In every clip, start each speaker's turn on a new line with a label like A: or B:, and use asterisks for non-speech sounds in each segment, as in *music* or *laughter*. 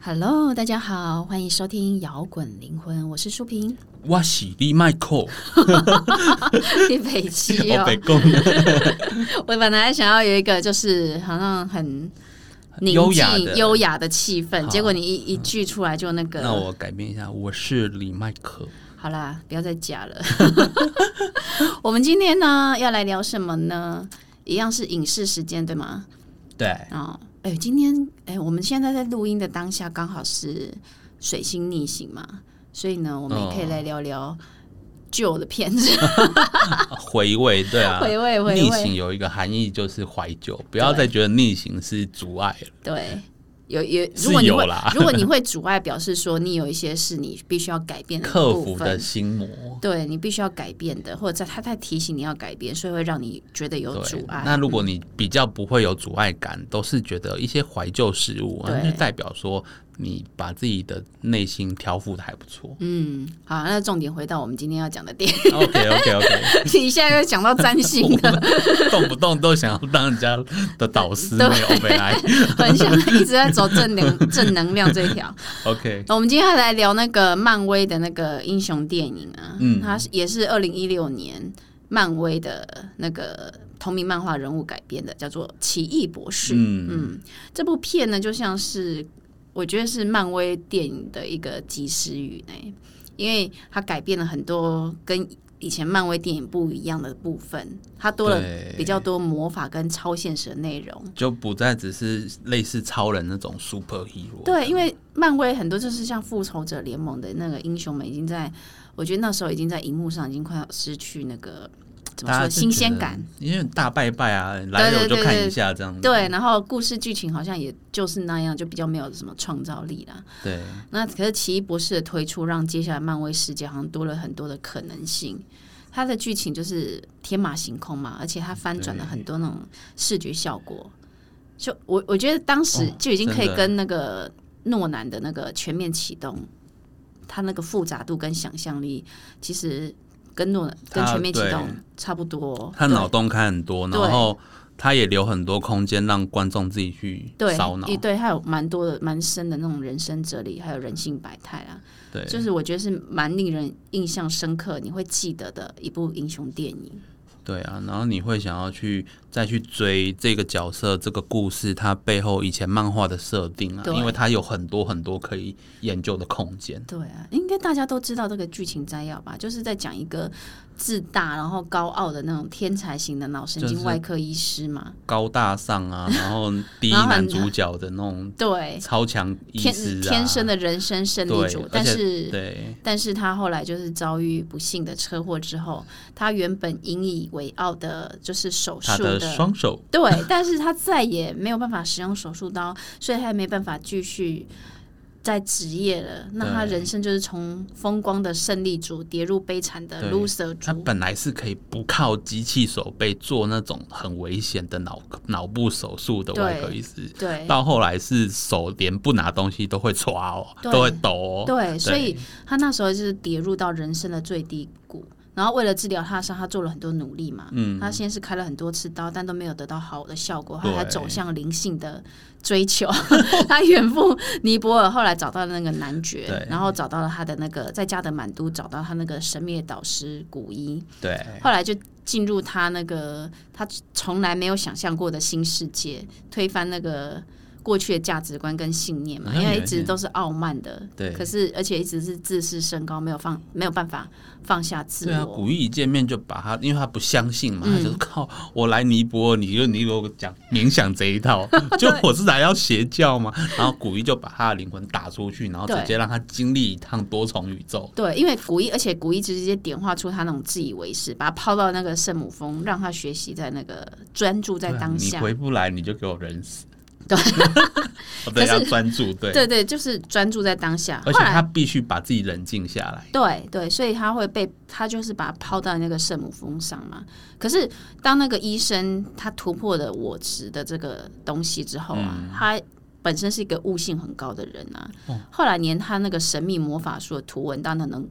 A: Hello，大家好，欢迎收听《摇滚灵魂》，我是舒
B: *laughs*
A: 萍，
B: 我是李麦 *laughs* 克，
A: 你北
B: *laughs*
A: 七
B: 我
A: 哦
B: 被。讲
A: 我本来想要有一个就是好像很宁
B: 优雅
A: 静
B: 的
A: 优雅的气氛，
B: 好
A: 结果你一一句出来就那个。
B: 那我改变一下，我是李麦克。
A: 好啦，不要再假
B: *laughs*
A: 了。 *laughs* 我们今天呢要来聊什么呢？一样是影视时间对吗？
B: 对，
A: 哦，哎、今天哎、我们现在在录音的当下，刚好是水星逆行嘛，所以呢，我们也可以
B: 哦
A: 来聊聊旧的片子，
B: 回味，对
A: *laughs*
B: 啊，
A: 回味回
B: 逆
A: 味。
B: 行有一个含义就是怀旧，不要再觉得逆行是阻碍了，
A: 对，有有，
B: 是
A: 如果你
B: 有
A: 会
B: 啦
A: *laughs* 如果你会阻碍，表示说你有一些是你必须要改变
B: *laughs*
A: 的
B: 克
A: 部
B: 服
A: 嗯分
B: 的心魔。
A: 对你必须要改变的，或者在他在提醒你要改变，所以会让你觉得有
B: 对
A: 阻，碍。
B: 那如果你比较不会有阻碍感，都是觉得一些怀旧事物，
A: 对。
B: 那就代表说你把自己的内心调服的还不错
A: *laughs* 嗯，好，那重点回到我们今天要讲的点， *laughs*
B: OK OK OK，
A: 你现在又讲到占星
B: *laughs*
A: 的，
B: 动不动都想要当人家的导师，没有被爱。
A: 很想一直在走正能正能量这一
B: *laughs*
A: 条。
B: OK，
A: 我们今天要来聊那个漫威的那个英雄电影啊，
B: 嗯
A: 它是也是二零一六年漫威的那个同名漫画人物改编的，叫做《奇异博士》。
B: 嗯
A: 嗯，这部片呢，就像是我觉得是漫威电影的一个及时雨呢、因为它改变了很多跟以前漫威电影不一样的部分，它多了
B: 对
A: 比较多魔法跟超现实的内容。
B: 就不再只是类似超人那种 super hero。
A: 对，因为漫威很多就是像复仇者联盟的那个英雄们，已经在我觉得那时候已经在荧幕上已经快要失去那个怎么
B: 大家
A: 说
B: 就
A: 新鲜感。，
B: 因为大拜拜啊，来了我就看一下这样子。
A: 对，然后故事剧情好像也就是那样，就比较没有什么创造力啦。
B: 对
A: 那可是奇异博士的推出，让接下来漫威世界好像多了很多的可能性。它的剧情就是天马行空嘛，而且它翻转了很多那种视觉效果。就我我觉得当时
B: 哦
A: 就已经可以
B: 真的
A: 跟那个诺兰的那个全面启动，它那个复杂度跟想象力，其实跟诺兰跟
B: 它
A: 全面启
B: 对
A: 动差不多。
B: 他脑洞开很多，
A: 哦对
B: 然后他也留很多空间让观众自己去
A: 对
B: 烧脑
A: 一。对，它有蛮多的蛮深的那种人生哲理，还有人性百态啊啦。
B: 对，
A: 就是我觉得是蛮令人印象深刻，你会记得的一部英雄电影。
B: 对啊，然后你会想要去再去追这个角色、这个故事，它背后以前漫画的设定啊，
A: 对
B: 因为它有很多很多可以研究的空间。
A: 对啊，应该大家都知道这个剧情摘要吧？就是在讲一个自大然后高傲的那种天才型的脑神
B: 就
A: 经
B: 是
A: 外科医师嘛。
B: 高大上啊，
A: *laughs*
B: 然后第一
A: 啊然后很
B: 男主角的那种
A: 对，
B: 超强嗯医
A: 天
B: 师啊，
A: 天生的人生胜利
B: 对
A: 组，
B: 而
A: 但
B: 且哎
A: 是
B: 对
A: 但是他后来就是遭遇不幸的车祸之后，他原本引以为傲的就是手
B: 他
A: 术
B: 的双手
A: 对，但是他再也没有办法使用手术刀，所以他也没办法继续在职业了。那他
B: 对
A: 人生就是从风光的胜利组跌入悲惨的
B: 对
A: loser
B: 他
A: 组。
B: 本来是可以不靠机器手背做那种很危险的脑脑部手术的外科医师，
A: 对
B: 到后来是手连不拿东西都会抓哦，
A: 对
B: 都会抖哦。
A: 对，所以他那时候就是跌入到人生的最低谷。然后为了治疗他的伤，他做了很多努力嘛。
B: 嗯
A: 他先是开了很多次刀，但都没有得到好的效果，后来他
B: 对
A: 走向灵性的追求。 *laughs* 他远赴尼泊尔，后来找到了那个男爵
B: 对，
A: 然后找到了他的那个在加德满都找到他那个神秘的导师古一，
B: 对，
A: 后来就进入他那个他从来没有想象过的新世界，推翻那个过去的价值观跟信念嘛，
B: 好
A: 因
B: 像
A: 为
B: 有
A: 一
B: 一
A: 直
B: 点
A: 都是傲慢的，
B: 对
A: 可是而且一直是自视甚高，没有放没有办法放下自
B: 对啊，
A: 我，
B: 古玉一见面就把他，因为他不相信嘛，
A: 嗯
B: 他
A: *laughs*
B: 就靠我来尼泊尔，你就你给我讲冥想这
A: *laughs*
B: 一套，就我是来要邪教嘛。然后古玉就把他的灵魂打出去，然后直
A: 对
B: 接让他经历一趟多重宇宙。
A: 对，因为古一，而且古一直接点化出他那种自以为是，把他抛到那个圣母峰，让他学习在那个专注在
B: 对啊
A: 当
B: 你
A: 下。
B: 回不来，你就给我人死。
A: 对，
B: *laughs* 我
A: 可
B: 对
A: 是
B: 要专注，对，
A: 对啊对，就是专注在当下。后
B: 而且
A: 来。
B: 他必须把自己冷静下来。
A: 对对，所以他会被他就是把他抛到那个圣母峰上嘛。可是当那个医生他突破了我执的这个东西之后
B: 嗯
A: 啊，他本身是一个悟性很高的人啊，
B: 哦
A: 后来连他那个神秘魔法术的图文，当然能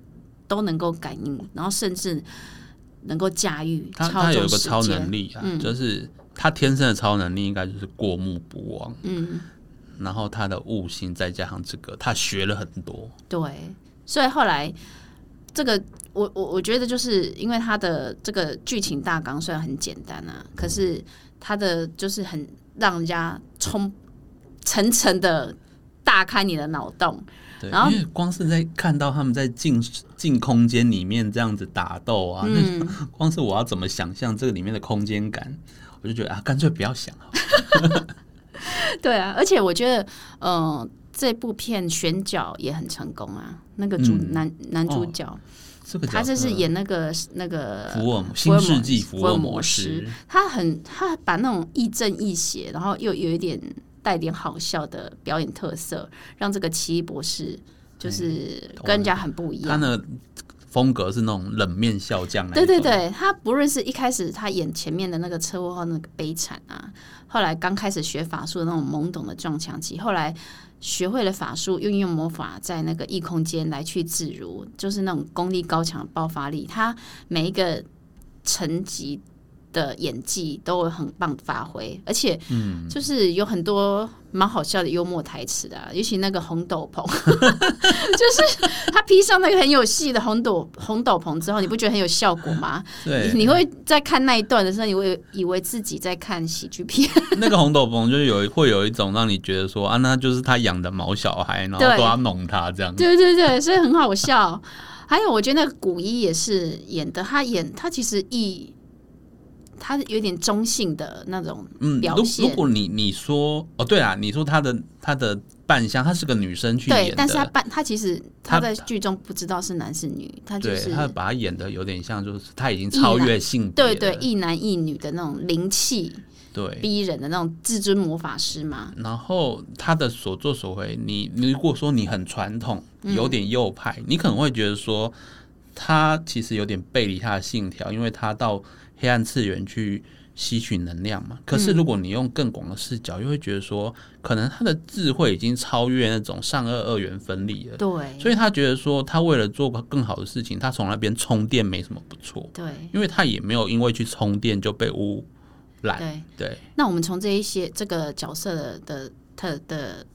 A: 都能够感应，然后甚至能够驾驭
B: 他
A: 操
B: 他有
A: 纵
B: 一个
A: 时
B: 超
A: 间。嗯
B: 能力啊，就是他天生的超能力应该就是过目不忘。
A: 嗯，
B: 然后他的悟性再加上这个，他学了很多。
A: 对，所以后来这个我我我觉得就是因为他的这个剧情大纲虽然很简单啊，可是他的就是很让人家冲层层的大开你的脑洞。
B: 对，
A: 然后
B: 因为光是在看到他们在进进空间里面这样子打斗啊，
A: 嗯，
B: 那 *laughs* 光是我要怎么想象这个里面的空间感，我就觉得啊，干脆不要想了。
A: *laughs* 对啊，而且我觉得，呃，这部片选角也很成功啊。那个主、
B: 嗯
A: 男男主
B: 哦
A: 角，
B: 这个角色呃
A: 他这是演那个那个
B: 福尔摩
A: 福
B: 新
A: 尔摩
B: 世纪福
A: 福尔
B: 尔
A: 摩
B: 摩
A: 斯
B: 斯，
A: 他很他把那种亦正亦邪，然后又有一点带点好笑的表演特色，让这个奇异博士就是
B: 嗯
A: 跟人家很不一
B: 他
A: 样。
B: 呢风格是那种冷面笑匠那
A: 对对
B: 一种，
A: 对，他不论是一开始他演前面的那个车祸后那个悲惨啊，后来刚开始学法术的那种懵懂的撞墙期，后来学会了法术，运用魔法在那个异空间来去自如，就是那种功力高强的爆发力，他每一个层级的演技都有很棒的发挥，而且
B: 嗯
A: 就是有很多蛮好笑的幽默台词的、啊，尤其那个红斗篷， *laughs* 就是他披上那个很有戏的红斗红斗篷之后，你不觉得很有效果吗？
B: 对
A: *laughs* 你你会在看那一段的时候，你会以为自己在看喜剧片， *laughs*
B: 那个红斗篷就是有会有一种让你觉得说啊，那就是他养的毛小孩，然后
A: 对
B: 都要弄他这样。
A: 对对对，所以很好笑。还有，我觉得那个古一也是演的，他演他其实一他有点中性的那种
B: 嗯，
A: 表
B: 如
A: 现
B: 如果你你说哦，对啊，你说他的他的扮相，她是个女生去演
A: 对
B: 的，，
A: 但是他扮他其实他
B: 他
A: 在剧中不知道是男是女，他就
B: 对
A: 是
B: 她把她演的有点像，就是她已经超越性别
A: 对
B: 了，
A: 对一男一女的那种灵气
B: 对。
A: 逼人的那种至尊魔法师嘛，
B: 然后她的所作所为，你你如果说你很传统，
A: 嗯
B: 有点右派，你可能会觉得说，她其实有点背离她的信条，因为她到黑暗次元去吸取能量嘛。可是如果你用更广的视角，又会觉得说，可能她的智慧已经超越那种上二二元分离了。
A: 对
B: 所以他觉得说，他为了做更好的事情，他从那边充电没什么不错，
A: 对
B: 因为他也没有因为去充电就被污染。
A: 对。
B: 对，
A: 那我们从这一些这个角色的的他的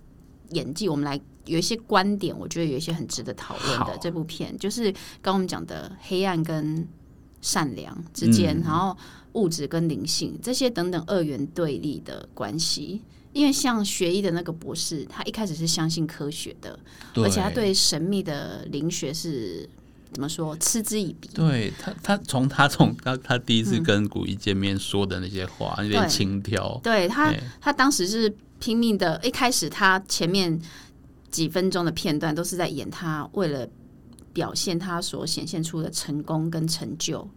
A: 演技，我们来有一些观点，我觉得有一些很值得讨论的
B: 好
A: 这部片，就是刚我们讲的黑暗跟善良之间，
B: 嗯
A: 然后物质跟灵性这些等等二元对立的关系。因为像学医的那个博士，他一开始是相信科学的，而且他对神秘的灵学是怎么说嗤之以鼻。
B: 对他，他从他从他他第一次跟古一见面说的那些话，有点轻佻。
A: 对他
B: 哦对，
A: 他当时是拼命的，一开始他前面几分钟的片段都是在演他为了表现他所显现出的成功跟成就，
B: 哦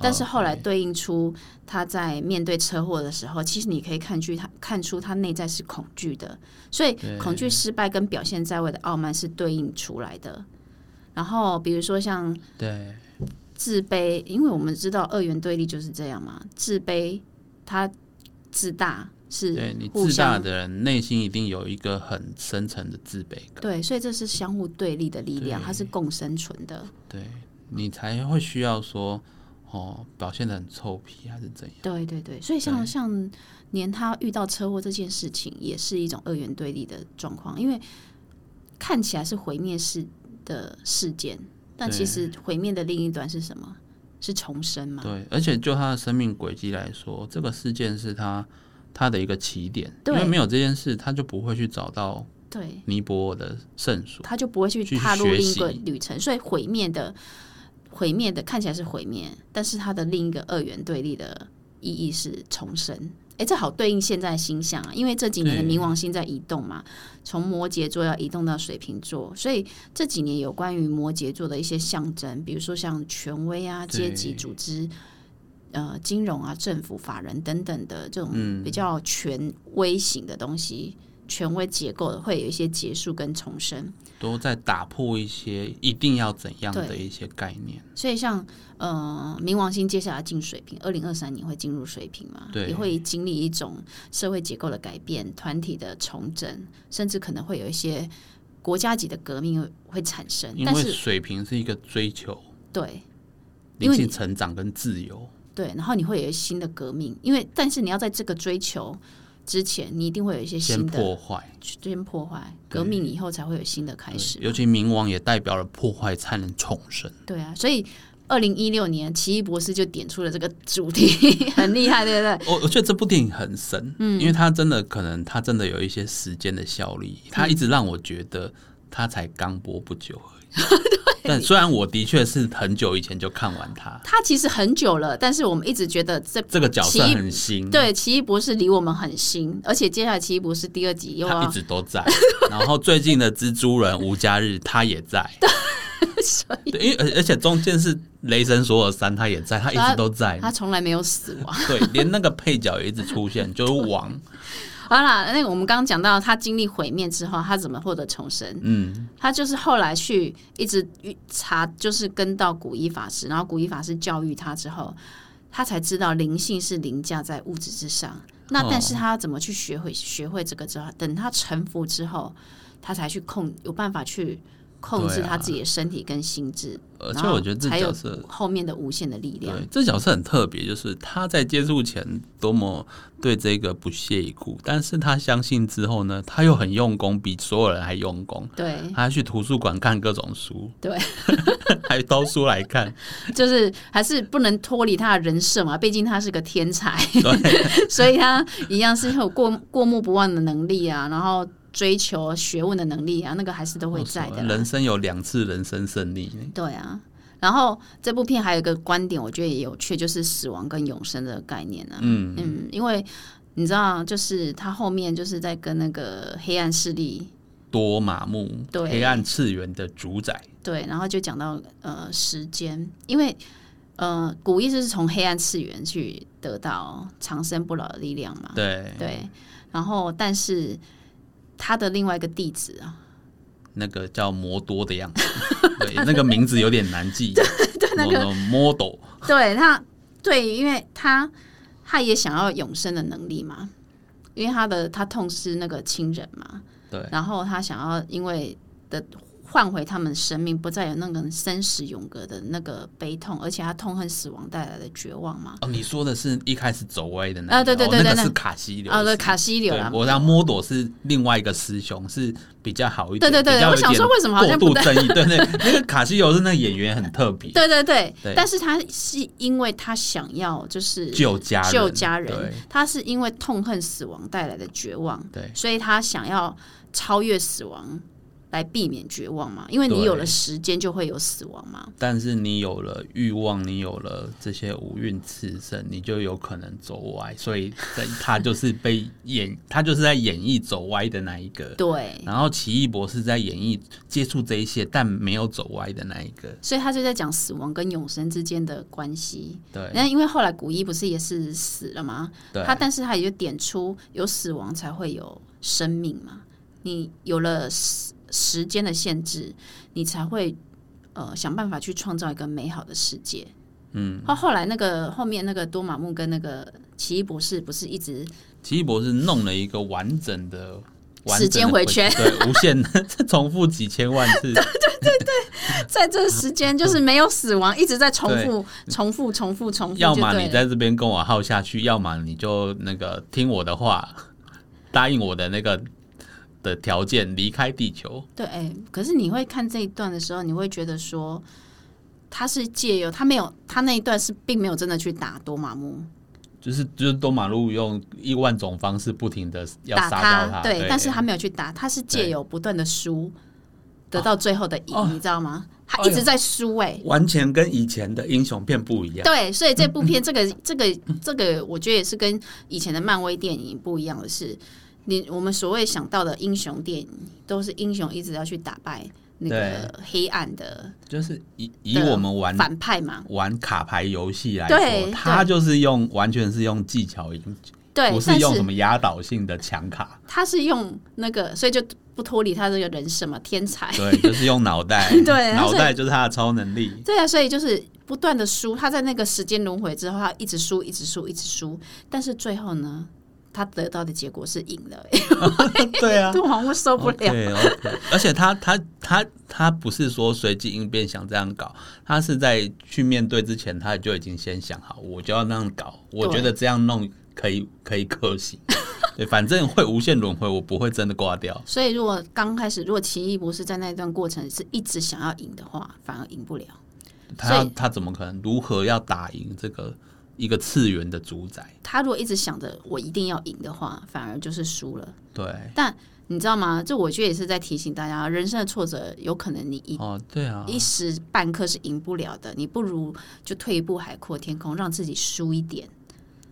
A: 但
B: 啊
A: 是后来对应出他在面对车祸的时候，其实你可以看去他看出他内在是恐惧的，所以
B: 对
A: 恐惧失败跟表现在外的傲慢是对应出来的。然后比如说像
B: 对
A: 自卑，因为我们知道二元对立就是这样嘛，自卑它自大
B: 对
A: 是
B: 对你
A: 互
B: 自大
A: 相
B: 的人内心一定有一个很深层的自卑感，
A: 对，所以这是相互对立的力量，
B: 对
A: 它是共生存的。
B: 对你才会需要说哦，表现的很臭屁还是怎样？
A: 对对对，所以像
B: 对
A: 像连他遇到车祸这件事情，也是一种二元对立的状况，因为看起来是毁灭式的事件，但
B: 对
A: 其实毁灭的另一端是什么？是重生嘛？
B: 对，而且就他的生命轨迹来说，这个事件是他他的一个起点，因
A: 对
B: 为没有这件事，他就不会去找到
A: 对，
B: 尼泊尔的圣所。
A: 他就不会去
B: 去
A: 踏入
B: 学
A: 另一个
B: 习
A: 旅程。所以毁灭的毁灭的看起来是毁灭，但是它的另一个二元对立的意义是重生。诶，这好对应现在的星象啊，因为这几年的
B: 对
A: 冥王星在移动嘛，从摩羯座要移动到水瓶座，所以这几年有关于摩羯座的一些象征，比如说像权威啊、
B: 对
A: 阶级组织、呃、金融啊、政府、法人等等的这种
B: 嗯
A: 比较权威型的东西，权威结构的会有一些结束跟重生。
B: 都在打破一些一定要怎样的
A: 对
B: 一些概念。
A: 所以像呃，冥王星接下来进水瓶，二零二三年会进入水瓶嘛？
B: 对
A: 也会经历一种社会结构的改变、团体的重整，甚至可能会有一些国家级的革命会会产生。
B: 因
A: 但
B: 为
A: 是
B: 水瓶是一个追求
A: 对因
B: 灵
A: 为
B: 性
A: 你
B: 成长跟自由，
A: 对，然后你会有新的革命，因为但是你要在这个追求之前，你一定会有一些
B: 先
A: 新的
B: 破坏。
A: 先破坏，革命以后才会有新的开始。
B: 尤其冥王也代表了破坏才能重生。
A: 对啊，所以二零一六年《奇异博士》就点出了这个主题， *laughs* 很厉害，对不对？
B: 我我觉得这部电影很神，嗯，因为它真的可能它真的有一些时间的效力，
A: 嗯
B: 它一直让我觉得它才刚播不久而已。
A: *laughs*
B: 但虽然我的确是很久以前就看完它，
A: 他其实很久了，但是我们一直觉得这
B: 这个角
A: 奇
B: 色
A: 异
B: 很新，，
A: 对《奇异博士》离我们很新，而且接下来《奇异博士》第二集又
B: 它一
A: 要
B: 直都在。 *laughs* 然后最近的蜘蛛人吴家日他也
A: *laughs*
B: 在，对，因为而而且中间是雷神索尔三他也在，他一直都在，
A: 他从来没有死亡。
B: 对，连那个配角也一直
A: *laughs*
B: 出现，就是王，
A: 好啦，那个我们刚刚讲到他经历毁灭之后，他怎么获得重生？
B: 嗯，
A: 他就是后来去一直查，就是跟到古一法师，然后古一法师教育他之后，他才知道灵性是凌驾在物质之上。那
B: 哦
A: 但是他要怎么去学会学会这个之后，等他臣服之后，他才去控有办法去控制
B: 对啊呃
A: 他自己的身体跟心智，
B: 而
A: 然
B: 且
A: 后
B: 呃我觉得这
A: 才有
B: 角色
A: 后面的无限的力量。
B: 对，这角色很特别，就是他在接触前多么对这个不屑一顾，但是他相信之后呢，他又很用功，比所有人还用功。
A: 对，
B: 他去图书馆看各种书，
A: 嗯对，
B: *laughs* 还偷书来看，
A: *laughs* 就是还是不能脱离他的人设嘛，毕竟他是个天才，
B: 对，
A: *laughs* 所以他一样是有过过目不忘的能力啊，然后追求学问的能力啊，那个还是都会在的啦。
B: 哦人生有两次人生胜利，
A: 对啊，然后这部片还有一个观点，我觉得也有趣，就是死亡跟永生的概念啊。
B: 嗯，
A: 嗯，因为你知道，就是他后面就是在跟那个黑暗势力
B: 多麻木，
A: 对
B: 黑暗次元的主宰，
A: 对，然后就讲到呃时间，因为呃古意识是从黑暗次元去得到长生不老的力量嘛。
B: 对，
A: 对，然后但是他的另外一个弟子啊，
B: 那个叫摩多的样子， *laughs* 对，那个名字有点难
A: *laughs*
B: 记，对，
A: 那个
B: model，
A: 对他，对，因为他他也想要永生的能力嘛，因为他的他痛失那个亲人嘛，
B: 对，
A: 然后他想要因为的换回他们生命，不再有那个生死永隔的那个悲痛，而且他痛恨死亡带来的绝望嘛。
B: 哦，你说的是一开始走歪的那个
A: 啊对对
B: 哦
A: 对对
B: 那个
A: 那
B: 是卡西流
A: 啊，对，
B: 是
A: 卡西流啦
B: 对，我让摸朵是另外一个师兄，是比较好一点。
A: 对对对
B: 比较有
A: 我想说为什么好像
B: 过
A: 不
B: 度
A: 对
B: 争议？对对，那个卡西尤是那个演员很特别，
A: 对对对，
B: 对
A: 但是他是因为他想要就是
B: 救家人，
A: 救家
B: 对
A: 人，他是因为痛恨死亡带来的绝望，
B: 对
A: 所以他想要超越死亡来避免绝望嘛。因为你
B: 对
A: 有了时间，就会有死亡嘛。
B: 但是你有了欲望，你有了这些无运次生，你就有可能走歪，所以在他就是被演，他就是在演绎走歪的那一个。
A: 对，
B: 然后奇异博士在演绎接触这一些，但没有走歪的那一个。
A: 所以他就在讲死亡跟永生之间的关系。
B: 对
A: 那因为后来古一不是也是死了吗？
B: 对，
A: 他但是他也就点出，有死亡才会有生命嘛。你有了时时间的限制，你才会呃想办法去创造一个美好的世界。嗯，后后来那个后面那个多玛木跟那个奇异博士不是一直
B: 奇异博士弄了一个完整的完整的
A: 时间回圈
B: 对，无限 *laughs* 重复几千万次，
A: 在这时间就是没有死亡，一直在重复、重复、重复、重复，
B: 要
A: 就
B: 么你
A: 对了。
B: 在这边跟我耗下去，要么你就那个听我的话，答应我的那个的条件，离开地球。
A: 对，哎、可是你会看这一段的时候，你会觉得说。他是借由他没有他那一段是并没有真的去打多玛木，
B: 就是就是多马路用一万种方式不停的要
A: 打
B: 杀掉他，哦
A: 对，但是他没有去打，他是借由不断的输，得到最后的赢，你知道吗？他一直在输、哎、
B: 完全跟以前的英雄片不一样。
A: 对，所以这部片，
B: *laughs*
A: 这个、这个、这个，我觉得也是跟以前的漫威电影不一样的是，你我们所谓想到的英雄电影，都是英雄一直要去打败那个黑暗的
B: 就是以以我们玩
A: 反派嘛，
B: 玩卡牌游戏来
A: 对
B: 说，
A: 对
B: 他就是用完全是用技巧赢
A: 对
B: 不，是
A: 但
B: 用什
A: 是
B: 么压倒性的强卡，
A: 他是用那个，所以就不脱离他这个人设嘛，天才。
B: 对，就是用脑袋，
A: *laughs* 对
B: 脑
A: 所以
B: 袋就是他的超能
A: *laughs*
B: 力，
A: 对啊，所以就是不断的输，他在那个时间轮回之后，他一直输，一直输，一直输，但是最后呢，他得到的结果是赢了，
B: 对啊。
A: 杜皇我受不了。
B: 对，OK 而且他他他他不是说随机应变想这样搞，他是在去面对之前他就已经先想好，我就要那样搞，我
A: 对 *laughs*
B: 觉得这样弄可以可以可行，对，反正会无限轮回，我不会真的挂掉。
A: 所以如果刚开始，如果奇异博士在那段过程是一直想要赢的话，反而赢不了。
B: 他要
A: 所以
B: 他怎么可能如何要打赢这个一个次元的主宰？
A: 他如果一直想着我一定要赢的话，反而就是输了。
B: 对，
A: 你知道吗？这我觉得也是在提醒大家，人生的挫折有可能你一、
B: 哦，对啊，
A: 一时半刻是赢不了的，你不如就退一步海阔天空，让自己输一点，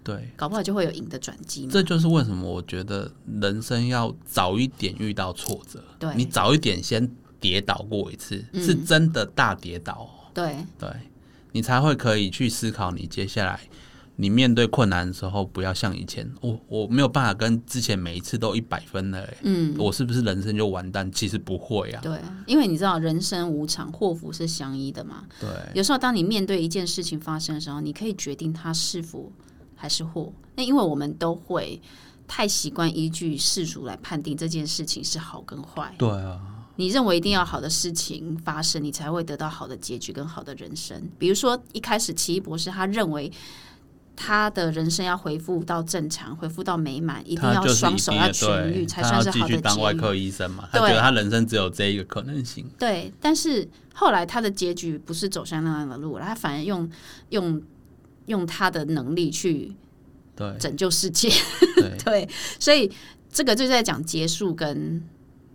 B: 对，
A: 搞不好就会有赢的转机嘛。
B: 这就是为什么我觉得人生要早一点遇到挫折，
A: 对
B: 你早一点先跌倒过一次，
A: 嗯
B: 是真的大跌倒哦、
A: 对，
B: 对你才会可以去思考你接下来你面对困难的时候，不要像以前，我我没有办法跟之前每一次都一百分了、欸，
A: 嗯，
B: 我是不是人生就完蛋？其实不会啊，
A: 对，因为你知道人生无常，祸福是相依的嘛。
B: 对
A: 有时候当你面对一件事情发生的时候，你可以决定它是福还是祸。那因为我们都会太习惯依据世俗来判定这件事情是好跟坏。
B: 对啊，
A: 你认为一定要好的事情发生，你才会得到好的结局跟好的人生。比如说，一开始奇异博士他认为他的人生要恢复到正常，恢复到美满，一定
B: 他
A: 要
B: 就是
A: 双
B: 一
A: 手
B: 定
A: 要
B: 的
A: 痊
B: 对
A: 愈，才
B: 他
A: 算是
B: 要继
A: 好的
B: 续当外
A: 结
B: 科
A: 局。
B: 医生嘛，他觉
A: 对
B: 得他人生只有这一个可能性，
A: 对，但是后来他的结局不是走向那样的路，他反而用用用他的能力去 *laughs*
B: 对
A: 拯救世界。
B: 对
A: 对，所以这个就在讲结束跟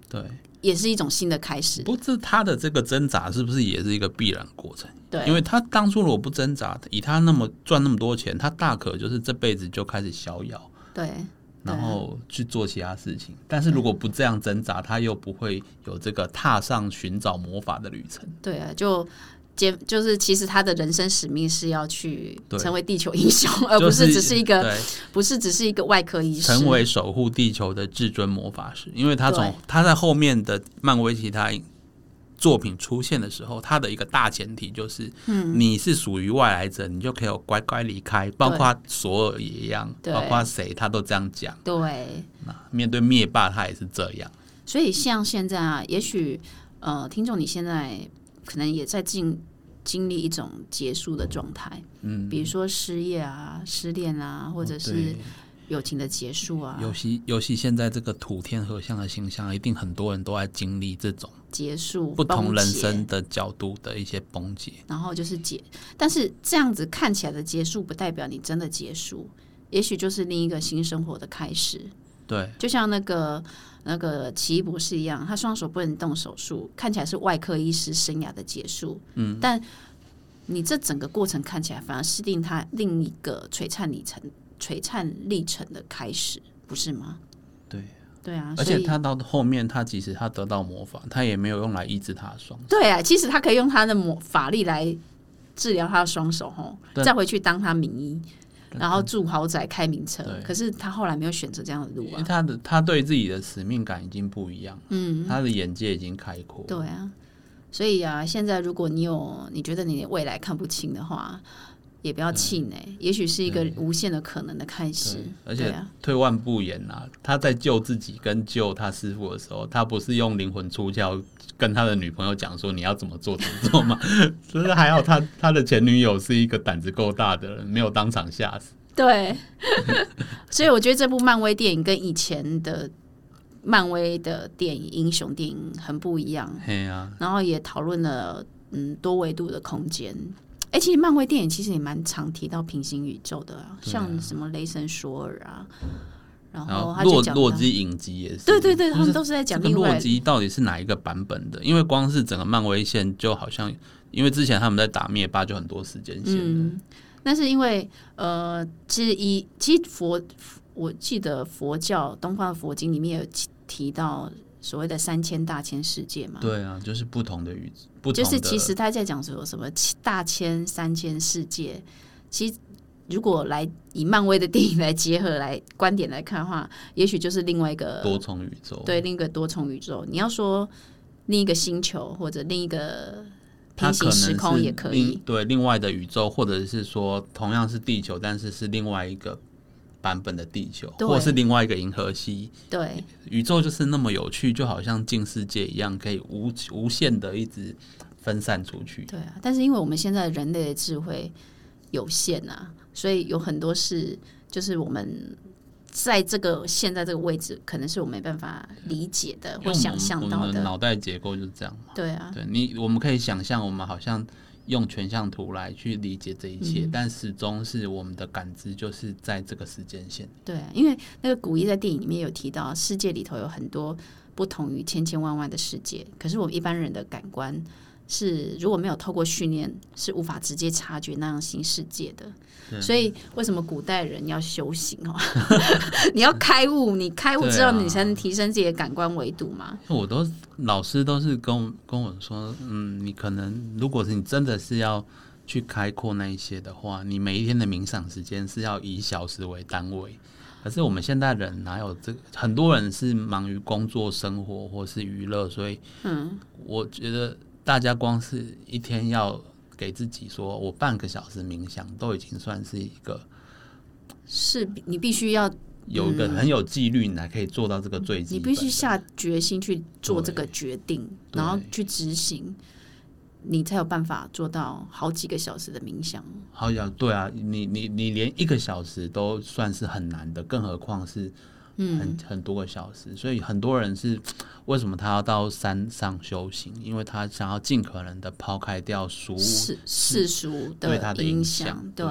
B: 对。
A: 也是一种新的开始。
B: 不是他的这个挣扎是不是也是一个必然过程？
A: 对，
B: 因为他当初如果不挣扎，以他那么赚那么多钱，他大可就是这辈子就开始逍遥，
A: 对啊
B: 然后去做其他事情。但是如果不这样挣扎，他又不会有这个踏上寻找魔法的旅程。
A: 对啊，就结就是其实他的人生使命是要去
B: 对
A: 成为地球英雄， *laughs* 而不
B: 就是
A: 只是一个、
B: 对
A: 不是只是一个外科医师。
B: 成为守护地球的至尊魔法师，因为他从
A: 对
B: 他在后面的漫威其他作品出现的时候，他的一个大前提就是，嗯，你是属于外来者，你就可以乖乖离开，包括索尔也一样，
A: 对
B: 包括谁他都这样讲。
A: 对，
B: 那面对灭霸，他也是这样。
A: 所以像现在啊，也许呃，听众你现在可能也在经经历一种结束的状态，
B: 嗯，哦
A: 比如说失业啊、失恋啊，或者是
B: 对
A: 友情的结束啊、
B: 尤其尤其现在这个土天合相的形象，一定很多人都在经历这种
A: 结束
B: 不同
A: 崩
B: 人
A: 解
B: 生的角度的一些崩解。
A: 然后就是结，但是这样子看起来的结束，不代表你真的结束，也许就是另一个新生活的开始。
B: 对，
A: 就像那个那个奇异博士一样，他双手不能动手术，看起来是外科医师生涯的结束，嗯，但你这整个过程看起来反而是令他另一个璀璨里程、璀璨历程的开始，不是吗？
B: 对。
A: 对啊，所
B: 而且
A: 以
B: 他到后面，他即使他得到魔法，他也没有用来医治他的双手。
A: 对啊，其实他可以用他的魔法力来治疗他的双手，吼，
B: 对
A: 再回去当他名医，然后住豪宅、开名车
B: 对。
A: 可是他后来没有选择这样的路
B: 因为
A: 啊。
B: 他的他对自己的使命感已经不一样，嗯，他的眼界已经开阔，
A: 对啊，所以啊，现在如果你有你觉得你未来看不清的话，也不要气馁，欸也许是一个无限的可能的开始
B: 嗯对。而
A: 对
B: 且
A: 啊，
B: 退万步言啊，他在救自己跟救他师傅的时候，他不是用灵魂出窍跟他的女朋友讲说你要怎么做怎么做吗？ *laughs* 就是还好他他的前女友是一个胆子够大的人，没有当场吓死。 *laughs*
A: 对，所以我觉得这部漫威电影跟以前的呃漫威的电影、英雄电影很不一样。
B: 嘿啊呀、
A: 然后也讨论了嗯多维度的空间。哎、其实漫威电影其实也蛮常提到平行宇宙的、啊，像什么雷神索尔啊，然
B: 然
A: 后
B: 后
A: 他
B: 洛
A: 就讲到
B: 洛基影集也是，
A: 对对对，
B: 就
A: 他
B: 是
A: 们都是在
B: 这
A: 讲
B: 个
A: 另
B: 洛
A: 外
B: 基到底是哪一个版本的？因为光是整个漫威线就好像，因为之前他们在打灭霸就很多时间线的，
A: 嗯，那是因为呃，其实一其实佛我记得佛教东方的佛经里面有提提到所谓的三千大千世界嘛，
B: 对啊，就是不同的宇宙，不
A: 就
B: 同的
A: 是其实他在讲说什么七大千、三千世界，其实如果来以漫威的电影来结合来观点来看的话，也许就是另外一个
B: 多重宇宙，
A: 呃对另一个多重宇宙。你要说另一个星球或者另一个
B: 它
A: 平
B: 可
A: 行
B: 能是
A: 时空也可
B: 另
A: 以，
B: 对另外的宇宙，或者是说同样是地球，但是是另外一个版本的地球，
A: 对
B: 或者是另外一个银河系。
A: 对
B: 宇宙就是那么有趣，就好像近世界一样，可以无无限的一直分散出去。
A: 对啊。但是因为我们现在人类的智慧有限啊，所以有很多事就是我们在这个现在这个位置，可能是我没办法理解的
B: 因为
A: 或呃
B: 我
A: 想
B: 们
A: 象
B: 嗯我
A: 到
B: 们的
A: 的。
B: 脑袋结构就是这样嘛。
A: 对啊，
B: 对你，我们可以想象，我们好像用全像图来去理解这一
A: 嗯
B: 切，但始终是我们的感知就是在这个时间线。
A: 对啊，因为那个古一在电影里面有提到，世界里头有很多不同于千千万万的世界，可是我们一般人的感官是如果没有透过训练，是无法直接察觉那样新世界
B: 嗯
A: 的。所以为什么古代人要修行
B: *laughs*
A: 哦？你要开悟，你开悟之后，
B: 对啊
A: 你才能提升自己的感官维度嘛。
B: 我都老师都是跟我跟我说，嗯，你可能如果是你真的是要去开阔那一些的话，你每一天的冥想时间是要以小时为单位。可是我们现代人哪有这个？很多人是忙于工作、生活或是娱乐，所以，嗯，我觉得大家光是一天要给自己说我半个小时冥想，都已经算是一个
A: 是你必须要，
B: 有一个很有纪律，你才可以做到这个最基
A: 你
B: 本的。
A: 必须下决心去做这个决定，
B: 对
A: 然后去执行，你才有办法做到好几个小时的冥想。
B: 好像对啊，你你你连一个小时都算是很难的，更何况是
A: 嗯
B: 很、很多个小时。所以很多人是为什么他要到山上修行？因为他想要尽可能的抛开掉俗物
A: 世世俗
B: 对他的
A: 影
B: 响。
A: 对。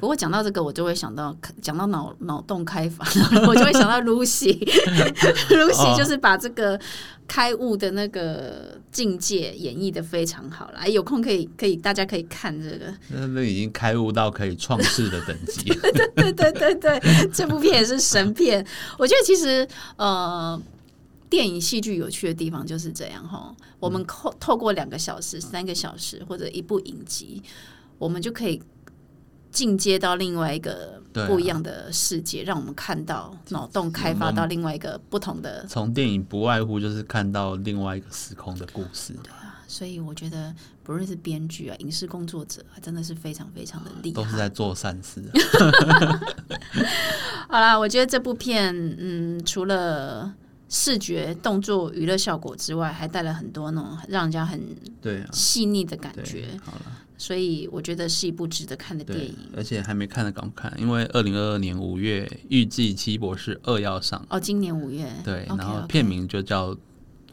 A: 不过讲到这个，我就会想到讲到脑脑洞开发， *laughs* 我就会想到
B: *laughs* 哦
A: Lucy，Lucy 就是把这个开悟的那个境界演绎的非常好了。哎，有空可以可以，大家可以看这个。
B: 那那已经开悟到可以创世的等
A: *laughs*
B: 级。
A: 对对对对，这部片也是神片。我觉得其实呃，电影戏剧有趣的地方就是这样哈。我
B: 嗯
A: 们透透过两个小时、三个小时或者一部影集，我们就可以进阶到另外一个
B: 对啊
A: 不一样的世界，让我们看到脑洞开发到另外一个不同的。
B: 从电影不外乎就是看到另外一个时空的故事，
A: 所以我觉得，不论是编剧啊、影视工作者啊，真的是非常非常的厉害
B: 都。是在做善事、
A: *laughs*
B: 啊。
A: 好啦，我觉得这部片，嗯，除了视觉、动作、娱乐效果之外，还带了很多那种让人家很
B: 对啊，
A: 细腻的感觉，
B: 对，好了。
A: 所以我觉得是一部值得看的电
B: 对
A: 影。，
B: 而且还没看的赶快看，因为二零二二年五月预计《七博士二》要上。
A: 哦，今年五月，
B: 对，
A: OK，
B: 然后
A: OK
B: 片名就叫《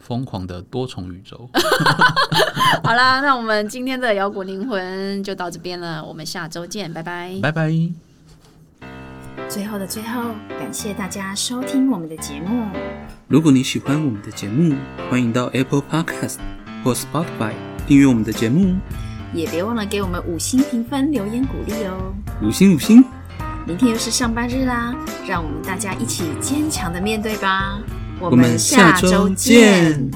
B: 疯狂的多重宇宙》。
A: 好啦，那我们今天的摇滚灵魂就到这边了，我们下周见，拜拜。
B: 拜拜。
C: 最后的最后，感谢大家收听我们的节目。
B: 如果你喜欢我们的节目，欢迎到 Apple Podcast 或 Spotify 订阅我们的节目，
C: 也别忘了给我们五星评分、留言鼓励哦。
B: 五星五星。
C: 明天又是上班日啦，让我们大家一起坚强的面对吧。我
B: 我们下周见